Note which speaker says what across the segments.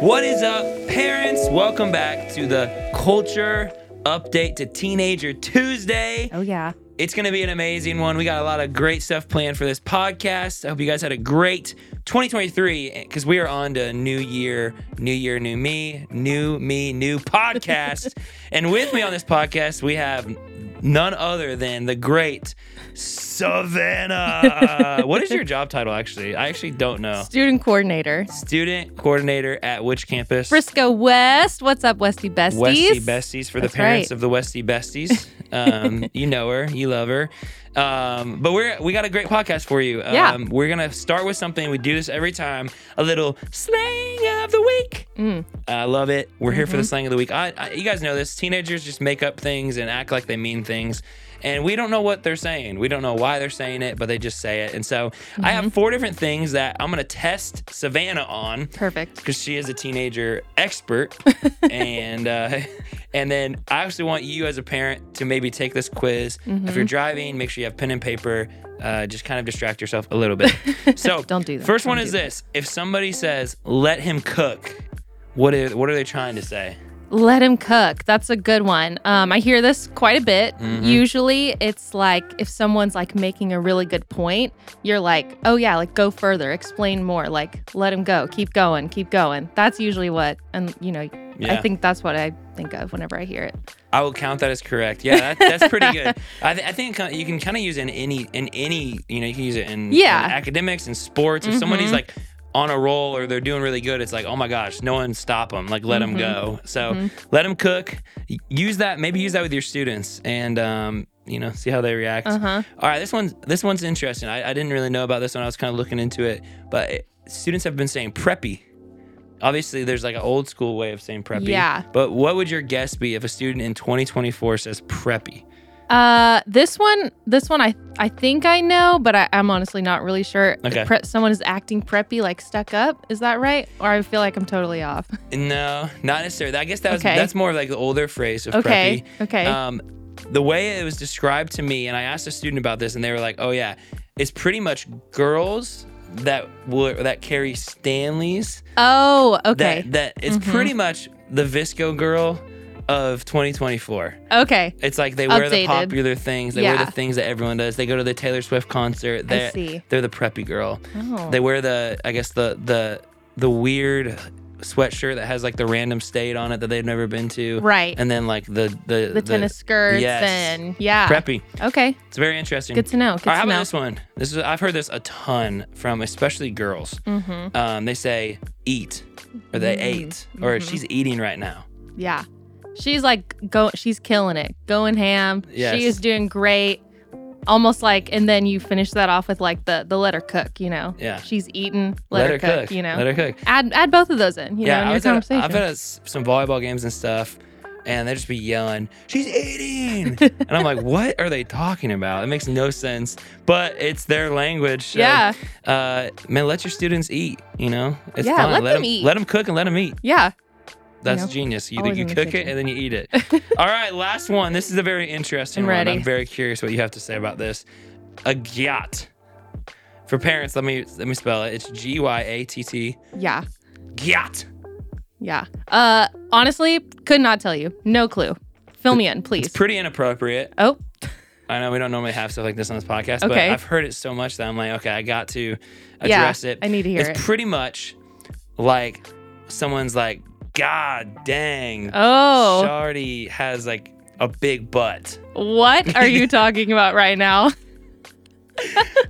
Speaker 1: What is up, parents? Welcome back to the culture update to Teenager Tuesday.
Speaker 2: Oh yeah.
Speaker 1: It's going to be an amazing one. We got a lot of great stuff planned for this podcast. I hope you guys had a great 2023 because we are on to new year, new year, new me, new me, new podcast. and with me on this podcast, we have none other than the great Savannah. what is your job title, actually? I actually don't know.
Speaker 2: Student coordinator.
Speaker 1: Student coordinator at which campus?
Speaker 2: Briscoe West. What's up, Westy Besties?
Speaker 1: Westy Besties for the
Speaker 2: That's
Speaker 1: parents
Speaker 2: right.
Speaker 1: of the Westy Besties. Um, you know her, you love her. Um, but we're we got a great podcast for you. Um,
Speaker 2: Yeah.
Speaker 1: we're gonna start with something. We do this every time. A little slang of the week.
Speaker 2: Mm. Mm-hmm.
Speaker 1: I love it. We're here for the slang of the week. I, I, you guys know this. Teenagers just make up things and act like they mean things. And we don't know what they're saying. We don't know why they're saying it, but they just say it. And so I
Speaker 2: Mm-hmm.
Speaker 1: have four different things that I'm going to test Savannah on
Speaker 2: Perfect.
Speaker 1: because she is a teenager expert, and uh, and then I actually want you as a parent to maybe take this quiz. If
Speaker 2: Mm-hmm.
Speaker 1: you're driving, make sure you have pen and paper. Uh, just kind of distract yourself a little bit. So
Speaker 2: Don't do that.
Speaker 1: First one
Speaker 2: Don't
Speaker 1: is
Speaker 2: do
Speaker 1: this: if somebody says "let him cook," what are what are they trying to say?
Speaker 2: Let him cook. That's a good one. Um, I hear this quite a bit. Usually, it's like if someone's like making a really good point, you're like, oh yeah, like go further, explain more, like let him go, keep going, keep going. That's usually what, and you know,
Speaker 1: Yeah.
Speaker 2: I think that's what I think of whenever I hear it.
Speaker 1: I will count that as correct. Yeah, that, that's pretty good. I, th- I think it kin- you can kind of use it in any in any you know you can use it in,
Speaker 2: Yeah. Mm-hmm.
Speaker 1: in academics and sports. If somebody's like on a roll or they're doing really good, it's like oh my gosh, no one stop them. Like
Speaker 2: Mm-hmm.
Speaker 1: let them go. So let them cook. Y- Use that. Maybe use that with your students and. Um, you know, see how they react.
Speaker 2: Uh-huh.
Speaker 1: All right, this one's this one's interesting. I, I didn't really know about this one. I was kind of looking into it, but it, students have been saying preppy. Obviously, there's like an old school way of saying preppy.
Speaker 2: Yeah.
Speaker 1: But what would your guess be if a student in 2024 says preppy?
Speaker 2: Uh, this one, this one, I I think I know, but I, I'm honestly not really sure.
Speaker 1: Okay.
Speaker 2: Pre- someone is acting preppy, like stuck up. Is that right? Or I feel like I'm totally off.
Speaker 1: No, not necessarily. I guess that was
Speaker 2: Okay.
Speaker 1: that's more of like the older phrase of
Speaker 2: Okay.
Speaker 1: preppy.
Speaker 2: Okay.
Speaker 1: Um, the way it was described to me, and I asked a student about this, and they were like, "Oh yeah, it's pretty much girls that would that carry Stanleys.
Speaker 2: oh,
Speaker 1: That
Speaker 2: okay, Mm-hmm.
Speaker 1: that it's pretty much the Visco girl of 2024."
Speaker 2: okay.
Speaker 1: It's like they wear the
Speaker 2: Updated.
Speaker 1: popular things. They wear
Speaker 2: Yeah.
Speaker 1: the things that everyone does. They go to the Taylor Swift concert. They're,
Speaker 2: see.
Speaker 1: They're the preppy girl.
Speaker 2: Oh.
Speaker 1: They wear the, I guess the the the weird sweatshirt that has like the random state on it that they've never been to.
Speaker 2: Right.
Speaker 1: And then like the the,
Speaker 2: the, tennis skirts
Speaker 1: yes.
Speaker 2: and yeah.
Speaker 1: preppy.
Speaker 2: Okay,
Speaker 1: It's very interesting.
Speaker 2: good to know. Good
Speaker 1: All right, how
Speaker 2: to
Speaker 1: about
Speaker 2: know.
Speaker 1: this one? This is I've heard this a ton from especially girls. Mm-hmm. Um, they say eat, or they
Speaker 2: Mm.
Speaker 1: ate, or
Speaker 2: Mm-hmm.
Speaker 1: she's eating right now.
Speaker 2: Yeah, she's like go. She's killing it, going ham.
Speaker 1: Yes.
Speaker 2: She is doing great. Almost like, and then you finish that off with like the the let her cook. You know.
Speaker 1: Yeah.
Speaker 2: She's eating. Let, her, cook, You know.
Speaker 1: Let her cook.
Speaker 2: add add both of those in. You know, in
Speaker 1: I
Speaker 2: your
Speaker 1: was at a-
Speaker 2: conversation.
Speaker 1: I've been at s- some volleyball games and stuff, and they just be yelling, "She's eating," and I'm like, "What are they talking about? It makes no sense." But it's their language. so,
Speaker 2: Yeah.
Speaker 1: Uh, man, let your students eat. You know, it's
Speaker 2: Yeah,
Speaker 1: fun.
Speaker 2: let them
Speaker 1: them
Speaker 2: eat.
Speaker 1: Let them cook and let them eat.
Speaker 2: yeah.
Speaker 1: That's
Speaker 2: know,
Speaker 1: genius. You,
Speaker 2: always
Speaker 1: you
Speaker 2: in the
Speaker 1: cook it
Speaker 2: kitchen.
Speaker 1: and then you eat it. All right, last one. This is a very interesting
Speaker 2: I'm
Speaker 1: one.
Speaker 2: ready.
Speaker 1: I'm very curious what you have to say about this. A gyat. For parents, let me let me spell it. It's G Y A T T.
Speaker 2: Yeah.
Speaker 1: Gyat.
Speaker 2: Yeah. Uh honestly, could not tell you. No clue. Fill me in, please.
Speaker 1: It's pretty inappropriate.
Speaker 2: oh,
Speaker 1: I know we don't normally have stuff like this on this podcast, but
Speaker 2: Okay.
Speaker 1: I've heard it so much that I'm like, okay, I got to
Speaker 2: Yeah,
Speaker 1: address it.
Speaker 2: I need to hear
Speaker 1: it's
Speaker 2: it.
Speaker 1: pretty much like someone's like, God dang.
Speaker 2: Oh.
Speaker 1: Shardy has like a big butt.
Speaker 2: what are you talking about right now?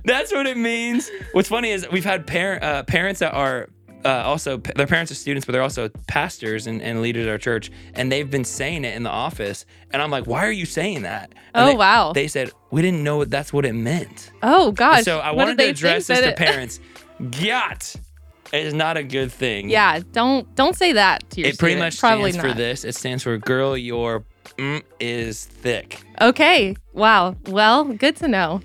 Speaker 1: That's what it means. What's funny is we've had par- uh, parents that are uh, also their parents are students, but they're also pastors and, and leaders at our church, and they've been saying it in the office. And I'm like, why are you saying that? And
Speaker 2: Oh,
Speaker 1: they-
Speaker 2: wow.
Speaker 1: They said we didn't know what that's what it meant.
Speaker 2: Oh gosh.
Speaker 1: so I
Speaker 2: What
Speaker 1: wanted
Speaker 2: did
Speaker 1: to
Speaker 2: they
Speaker 1: address this
Speaker 2: think
Speaker 1: to
Speaker 2: that it-
Speaker 1: parents. Gyat is not a good thing.
Speaker 2: Yeah, don't don't say that to your
Speaker 1: It pretty
Speaker 2: student.
Speaker 1: much
Speaker 2: Probably
Speaker 1: stands
Speaker 2: not.
Speaker 1: for this. It stands for girl, your mm is thick.
Speaker 2: Okay. Wow. Well, good to know.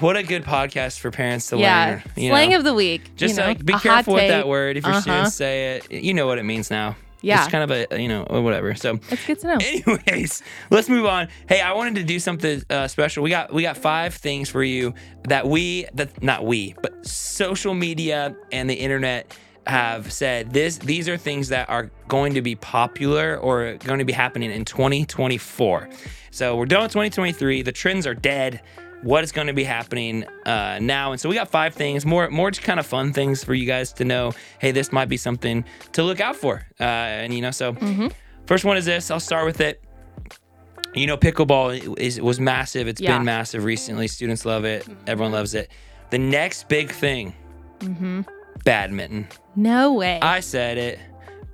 Speaker 1: What a good podcast for parents to
Speaker 2: yeah.
Speaker 1: learn. you
Speaker 2: Slang
Speaker 1: know?
Speaker 2: of the week.
Speaker 1: Just
Speaker 2: you know,
Speaker 1: like be
Speaker 2: a hot
Speaker 1: careful with
Speaker 2: take.
Speaker 1: that word. If your
Speaker 2: Uh-huh.
Speaker 1: students say it, you know what it means now.
Speaker 2: Yeah.
Speaker 1: It's kind of a, you know, or whatever. So,
Speaker 2: It's good to know.
Speaker 1: anyways, let's move on. Hey, I wanted to do something uh, special. We got we got five things for you that we that not we, but social media and the internet have said this these are things that are going to be popular or going to be happening in 2024 so we're done with 2023 the trends are dead what is going to be happening uh, now and so we got five things more more just kind of fun things for you guys to know hey this might be something to look out for uh, and you know so first one is this i'll start with it you know, pickleball is was massive. It's
Speaker 2: Yeah. Mm-hmm.
Speaker 1: been massive recently. Students love it. Everyone loves it. The next big thing,
Speaker 2: Mm-hmm.
Speaker 1: badminton.
Speaker 2: No way.
Speaker 1: I said it.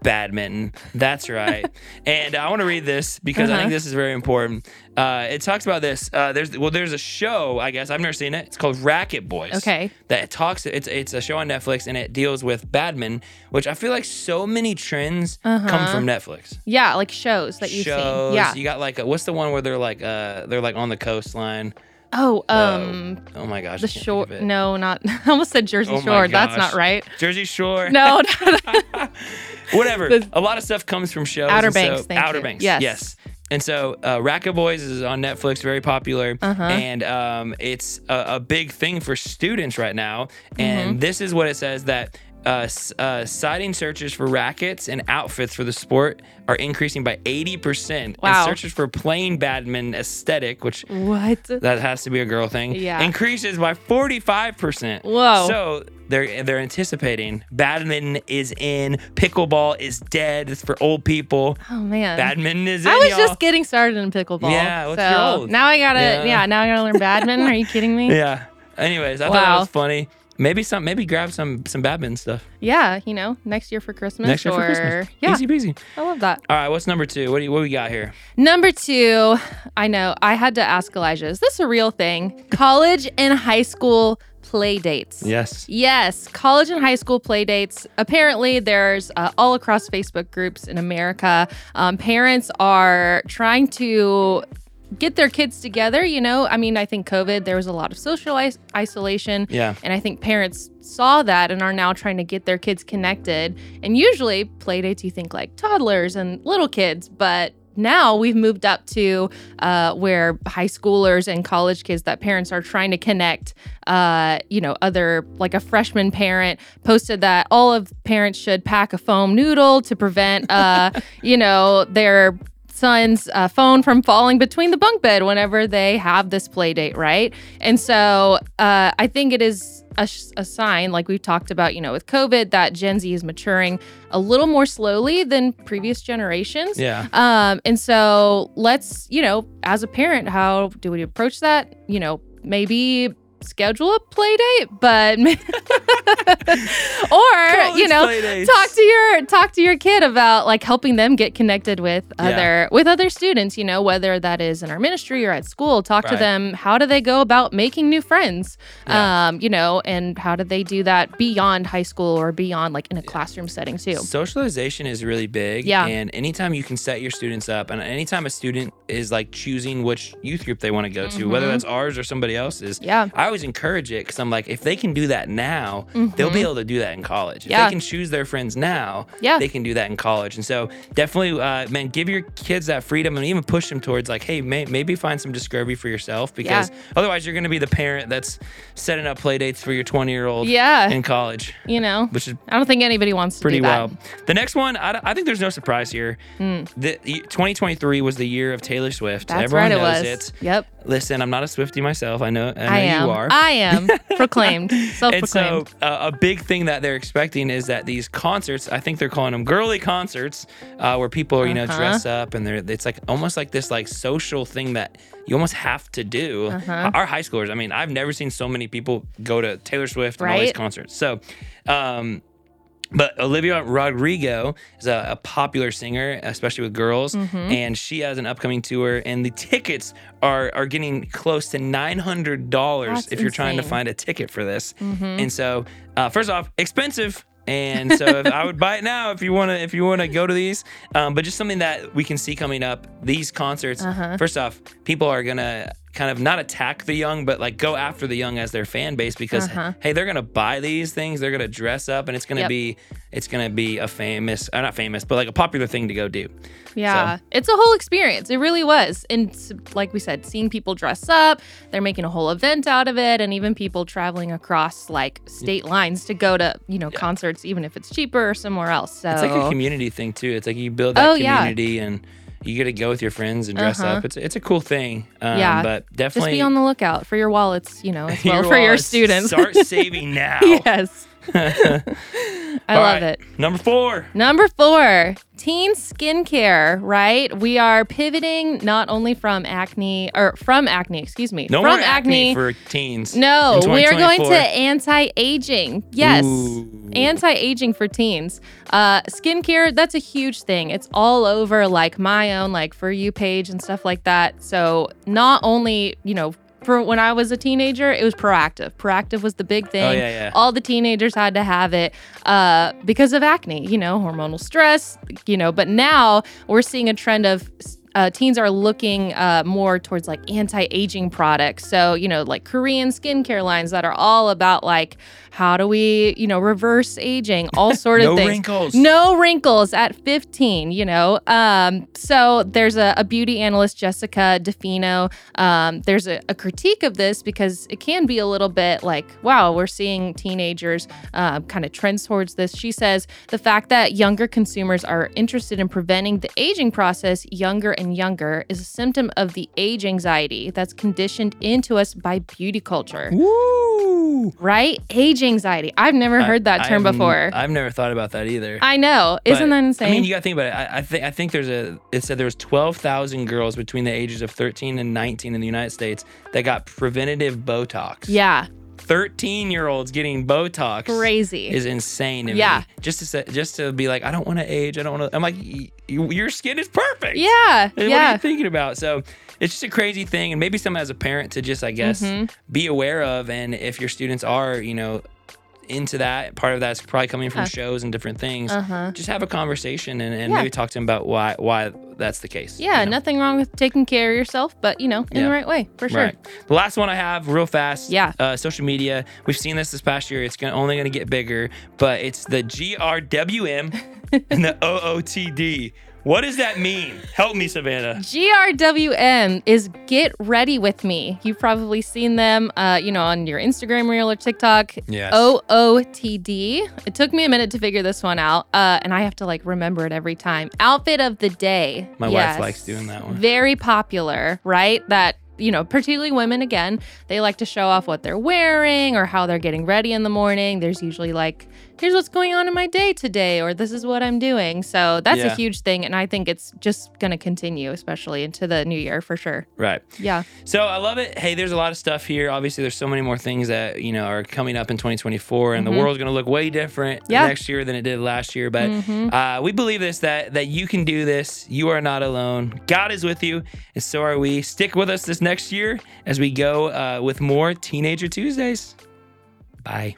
Speaker 1: Badminton. That's right. and I want to read this because I
Speaker 2: Uh-huh.
Speaker 1: think this is very important. Uh, it talks about this. Uh, there's well, there's a show. I guess I've never seen it. It's called Racket Boys.
Speaker 2: Okay.
Speaker 1: That talks. It's it's a show on Netflix and it deals with badminton, which I feel like so many trends come
Speaker 2: Uh-huh.
Speaker 1: from Netflix
Speaker 2: yeah, like shows that you've
Speaker 1: shows.
Speaker 2: seen. Yeah.
Speaker 1: You got like a, what's the one where they're like uh they're like on the coastline?
Speaker 2: oh,
Speaker 1: Um,
Speaker 2: um,
Speaker 1: Oh my gosh. I
Speaker 2: the
Speaker 1: can't think
Speaker 2: shore.
Speaker 1: of it.
Speaker 2: No, not. I almost said Jersey
Speaker 1: Oh my
Speaker 2: Shore. That's
Speaker 1: gosh.
Speaker 2: not right.
Speaker 1: Jersey Shore.
Speaker 2: No,
Speaker 1: Whatever.
Speaker 2: the-
Speaker 1: a lot of stuff comes from shows.
Speaker 2: Outer
Speaker 1: and so-
Speaker 2: Banks, thank
Speaker 1: Outer
Speaker 2: you.
Speaker 1: Banks. Yes.
Speaker 2: Yes.
Speaker 1: Yes. And so, uh, Racket Boys is on Netflix, very popular,
Speaker 2: Uh-huh.
Speaker 1: and um, it's a, a big thing for students right now. And
Speaker 2: Mm-hmm.
Speaker 1: this is what it says that uh, s- uh, citing searches for rackets and outfits for the sport are increasing by eighty percent,
Speaker 2: Wow.
Speaker 1: and searches for plain badminton aesthetic, which
Speaker 2: what?
Speaker 1: that has to be a girl thing.
Speaker 2: Yeah.
Speaker 1: Increases by 45%.
Speaker 2: Whoa.
Speaker 1: So they're they're anticipating badminton is in, pickleball is dead. It's for old people.
Speaker 2: Oh man.
Speaker 1: Badminton is in.
Speaker 2: I was
Speaker 1: y'all.
Speaker 2: just getting started in pickleball.
Speaker 1: Yeah, what's
Speaker 2: so
Speaker 1: your old?
Speaker 2: now I gotta.
Speaker 1: Yeah.
Speaker 2: Yeah. now I gotta learn badminton. Are you kidding me?
Speaker 1: Yeah. Anyways, I thought that
Speaker 2: Wow.
Speaker 1: was funny. Maybe some maybe grab some some badminton stuff.
Speaker 2: Yeah, you know, next year for Christmas.
Speaker 1: Next year
Speaker 2: or,
Speaker 1: for Christmas.
Speaker 2: Yeah,
Speaker 1: Easy peasy.
Speaker 2: I love that.
Speaker 1: All right, what's number two? What do you, what we got here?
Speaker 2: Number two, I know I had to ask Elijah, is this a real thing? College and high school play dates.
Speaker 1: Yes.
Speaker 2: Yes, college and high school play dates. Apparently, there's uh, all across Facebook groups in America. Um, parents are trying to get their kids together. You know, I mean, I think COVID, there was a lot of social is- isolation.
Speaker 1: Yeah.
Speaker 2: And I think parents saw that and are now trying to get their kids connected. And usually, play dates, you think like toddlers and little kids, but now we've moved up to uh, where high schoolers and college kids that parents are trying to connect. Uh, you know, other like a freshman parent posted that all of parents should pack a foam noodle to prevent, uh, you know, their son's uh, phone from falling between the bunk bed whenever they have this play date, right? And so uh, I think it is a, sh- a sign, like we've talked about, you know, with COVID, that Gen Z is maturing a little more slowly than previous generations.
Speaker 1: Yeah.
Speaker 2: Um, and so let's, you know, as a parent, how do we approach that? You know, maybe schedule a play date, but or you
Speaker 1: College
Speaker 2: know,
Speaker 1: play dates.
Speaker 2: talk to your talk to your kid about like helping them get connected with
Speaker 1: Yeah.
Speaker 2: other with other students you know whether that is in our ministry or at school talk to
Speaker 1: Right.
Speaker 2: them how do they go about making new friends
Speaker 1: Yeah.
Speaker 2: um you know and how do they do that beyond high school or beyond like in a classroom setting too
Speaker 1: Socialization is really big.
Speaker 2: Yeah.
Speaker 1: And anytime you can set your students up, and anytime a student is like choosing which youth group they want to go to, whether
Speaker 2: Mhm.
Speaker 1: that's ours or somebody else's,
Speaker 2: yeah
Speaker 1: I always encourage it because I'm like, if they can do that now, they'll be able to do that in college. If
Speaker 2: Mm-hmm. Yeah.
Speaker 1: they can choose their friends now,
Speaker 2: Yeah.
Speaker 1: they can do that in college. And so definitely, uh, man, give your kids that freedom and even push them towards like, hey, may- maybe find some discovery for yourself because otherwise you're going to be the parent that's setting up play dates for your 20 year old
Speaker 2: Yeah.
Speaker 1: in college,
Speaker 2: you know
Speaker 1: which is
Speaker 2: i don't think anybody wants to
Speaker 1: pretty
Speaker 2: do that
Speaker 1: wild. The next one, I, don't- I think there's no surprise here. The, 2023 was the year of Taylor Swift.
Speaker 2: Hmm. that's
Speaker 1: Everyone
Speaker 2: right it
Speaker 1: knows
Speaker 2: was
Speaker 1: it.
Speaker 2: yep
Speaker 1: Listen, I'm not a Swifty myself. I know, I know
Speaker 2: i am
Speaker 1: you are.
Speaker 2: i am proclaimed
Speaker 1: And so,
Speaker 2: self-proclaimed
Speaker 1: uh, a big thing that they're expecting is that these concerts, I think they're calling them girly concerts, uh, where people, you know,
Speaker 2: Uh-huh.
Speaker 1: dress up and they're, it's like almost like this like social thing that you almost have to do.
Speaker 2: Uh-huh.
Speaker 1: Our high schoolers, I mean, I've never seen so many people go to Taylor Swift and all these
Speaker 2: Right.
Speaker 1: concerts. So, um, but Olivia Rodrigo is a, a popular singer, especially with girls,
Speaker 2: Mm-hmm.
Speaker 1: and she has an upcoming tour. And the tickets are are getting close to nine hundred dollars
Speaker 2: That's
Speaker 1: if you're trying to
Speaker 2: insane. Mm-hmm.
Speaker 1: find a ticket for this. And so, uh, first off, expensive. And so, if, I would buy it now if you wanna if you wanna go to these. Um, but just something that we can see coming up. These concerts.
Speaker 2: Uh-huh.
Speaker 1: First off, people are gonna kind of not attack the young, but like go after the young as their fan base because
Speaker 2: Uh-huh.
Speaker 1: hey, they're gonna buy these things, they're gonna dress up, and it's gonna
Speaker 2: Yep.
Speaker 1: be it's gonna be a famous, uh, not famous, but like a popular thing to go do.
Speaker 2: Yeah, it's a whole experience. It really was. And s- like we said, seeing people dress up, they're making a whole event out of it, and even people traveling across like state lines to go to, you know, concerts, even if it's cheaper or somewhere else. So,
Speaker 1: It's like a community thing too. It's like you build that
Speaker 2: Oh, yeah.
Speaker 1: community and you get to go with your friends and dress
Speaker 2: Uh-huh.
Speaker 1: up. It's it's a cool thing. Um,
Speaker 2: Yeah.
Speaker 1: but
Speaker 2: just
Speaker 1: definitely
Speaker 2: be on the lookout for your wallets, you know, as well
Speaker 1: Your
Speaker 2: for your
Speaker 1: wallets,
Speaker 2: students.
Speaker 1: Start saving now.
Speaker 2: yes. I
Speaker 1: All
Speaker 2: love
Speaker 1: right,
Speaker 2: it.
Speaker 1: Number four.
Speaker 2: Number four, teen skincare, right? We are pivoting not only from acne or from acne, excuse me,
Speaker 1: No
Speaker 2: from
Speaker 1: more acne, for teens.
Speaker 2: No,
Speaker 1: in
Speaker 2: we are going
Speaker 1: 2024.
Speaker 2: to anti aging. Yes.
Speaker 1: Ooh.
Speaker 2: Anti aging for teens. Uh, skincare, that's a huge thing. It's all over like my own, like for you page and stuff like that. So, not only, you know, for when I was a teenager, it was proactive. Proactive was the big thing.
Speaker 1: Oh, yeah, yeah.
Speaker 2: All the teenagers had to have it uh, because of acne, you know, hormonal stress, you know. But now we're seeing a trend of uh, teens are looking uh, more towards like anti aging products. So, you know, like Korean skincare lines that are all about like, how do we, you know, reverse aging, all sort of
Speaker 1: No
Speaker 2: things.
Speaker 1: wrinkles.
Speaker 2: No wrinkles at 15, you know. Um, so there's a, a beauty analyst, Jessica DeFino. Um, there's a, a critique of this because it can be a little bit like, wow, we're seeing teenagers uh, kind of trends towards this. She says the fact that younger consumers are interested in preventing the aging process younger and younger is a symptom of the age anxiety that's conditioned into us by beauty culture.
Speaker 1: Woo.
Speaker 2: Right? Age anxiety. I've never heard that
Speaker 1: I-
Speaker 2: term
Speaker 1: I've-
Speaker 2: before.
Speaker 1: I've never thought about that either.
Speaker 2: I know. Isn't
Speaker 1: But,
Speaker 2: that insane?
Speaker 1: I mean, you got to think about it. I, I think I think there's a. It said there was 12,000 girls between the ages of 13 and 19 in the United States that got preventative Botox.
Speaker 2: yeah.
Speaker 1: 13 year olds getting Botox.
Speaker 2: Crazy.
Speaker 1: Is insane to
Speaker 2: Yeah.
Speaker 1: me. Just to say, just to be like, I don't want to age. I don't want to. I'm like, y- y- your skin is perfect.
Speaker 2: yeah.
Speaker 1: Hey, What are you
Speaker 2: Yeah.
Speaker 1: thinking about? So it's just a crazy thing, and maybe some as a parent to just, I guess,
Speaker 2: Mm-hmm.
Speaker 1: be aware of. And if your students are, you know, into that, part of that's probably coming from
Speaker 2: Yeah.
Speaker 1: shows and different things.
Speaker 2: Uh-huh.
Speaker 1: Just have a conversation and, and
Speaker 2: Yeah.
Speaker 1: maybe talk to them about why why that's the case.
Speaker 2: Yeah.
Speaker 1: you know?
Speaker 2: Nothing wrong with taking care of yourself, but you know, in
Speaker 1: Yeah.
Speaker 2: the right way, for sure.
Speaker 1: Right. The last one I have, real fast.
Speaker 2: Yeah.
Speaker 1: Uh, social media. We've seen this this past year. It's gonna, only going to get bigger, but it's the GRWM and the OOTD. What does that mean? Help me, Savannah.
Speaker 2: GRWM is Get Ready With Me. You've probably seen them, uh, you know, on your Instagram reel or TikTok.
Speaker 1: Yes.
Speaker 2: Oh. OOTD. It took me a minute to figure this one out, uh, and I have to like remember it every time. Outfit of the day.
Speaker 1: My wife likes doing that one.
Speaker 2: Very popular, right? That you know, particularly women again, they like to show off what they're wearing or how they're getting ready in the morning. There's usually like, here's what's going on in my day today, or this is what I'm doing. So that's
Speaker 1: Yeah.
Speaker 2: a huge thing. And I think it's just going to continue, especially into the new year for sure.
Speaker 1: Right.
Speaker 2: Yeah.
Speaker 1: So I love it. Hey, there's a lot of stuff here. Obviously, there's so many more things that you know are coming up in 2024, and the world's going to look way different
Speaker 2: Yeah.
Speaker 1: next year than it did last year. But uh, we believe this that that you can do this. You are not alone. God is with you, and so are we. Stick with us this next year as we go uh, with more Teenager Tuesdays. Bye.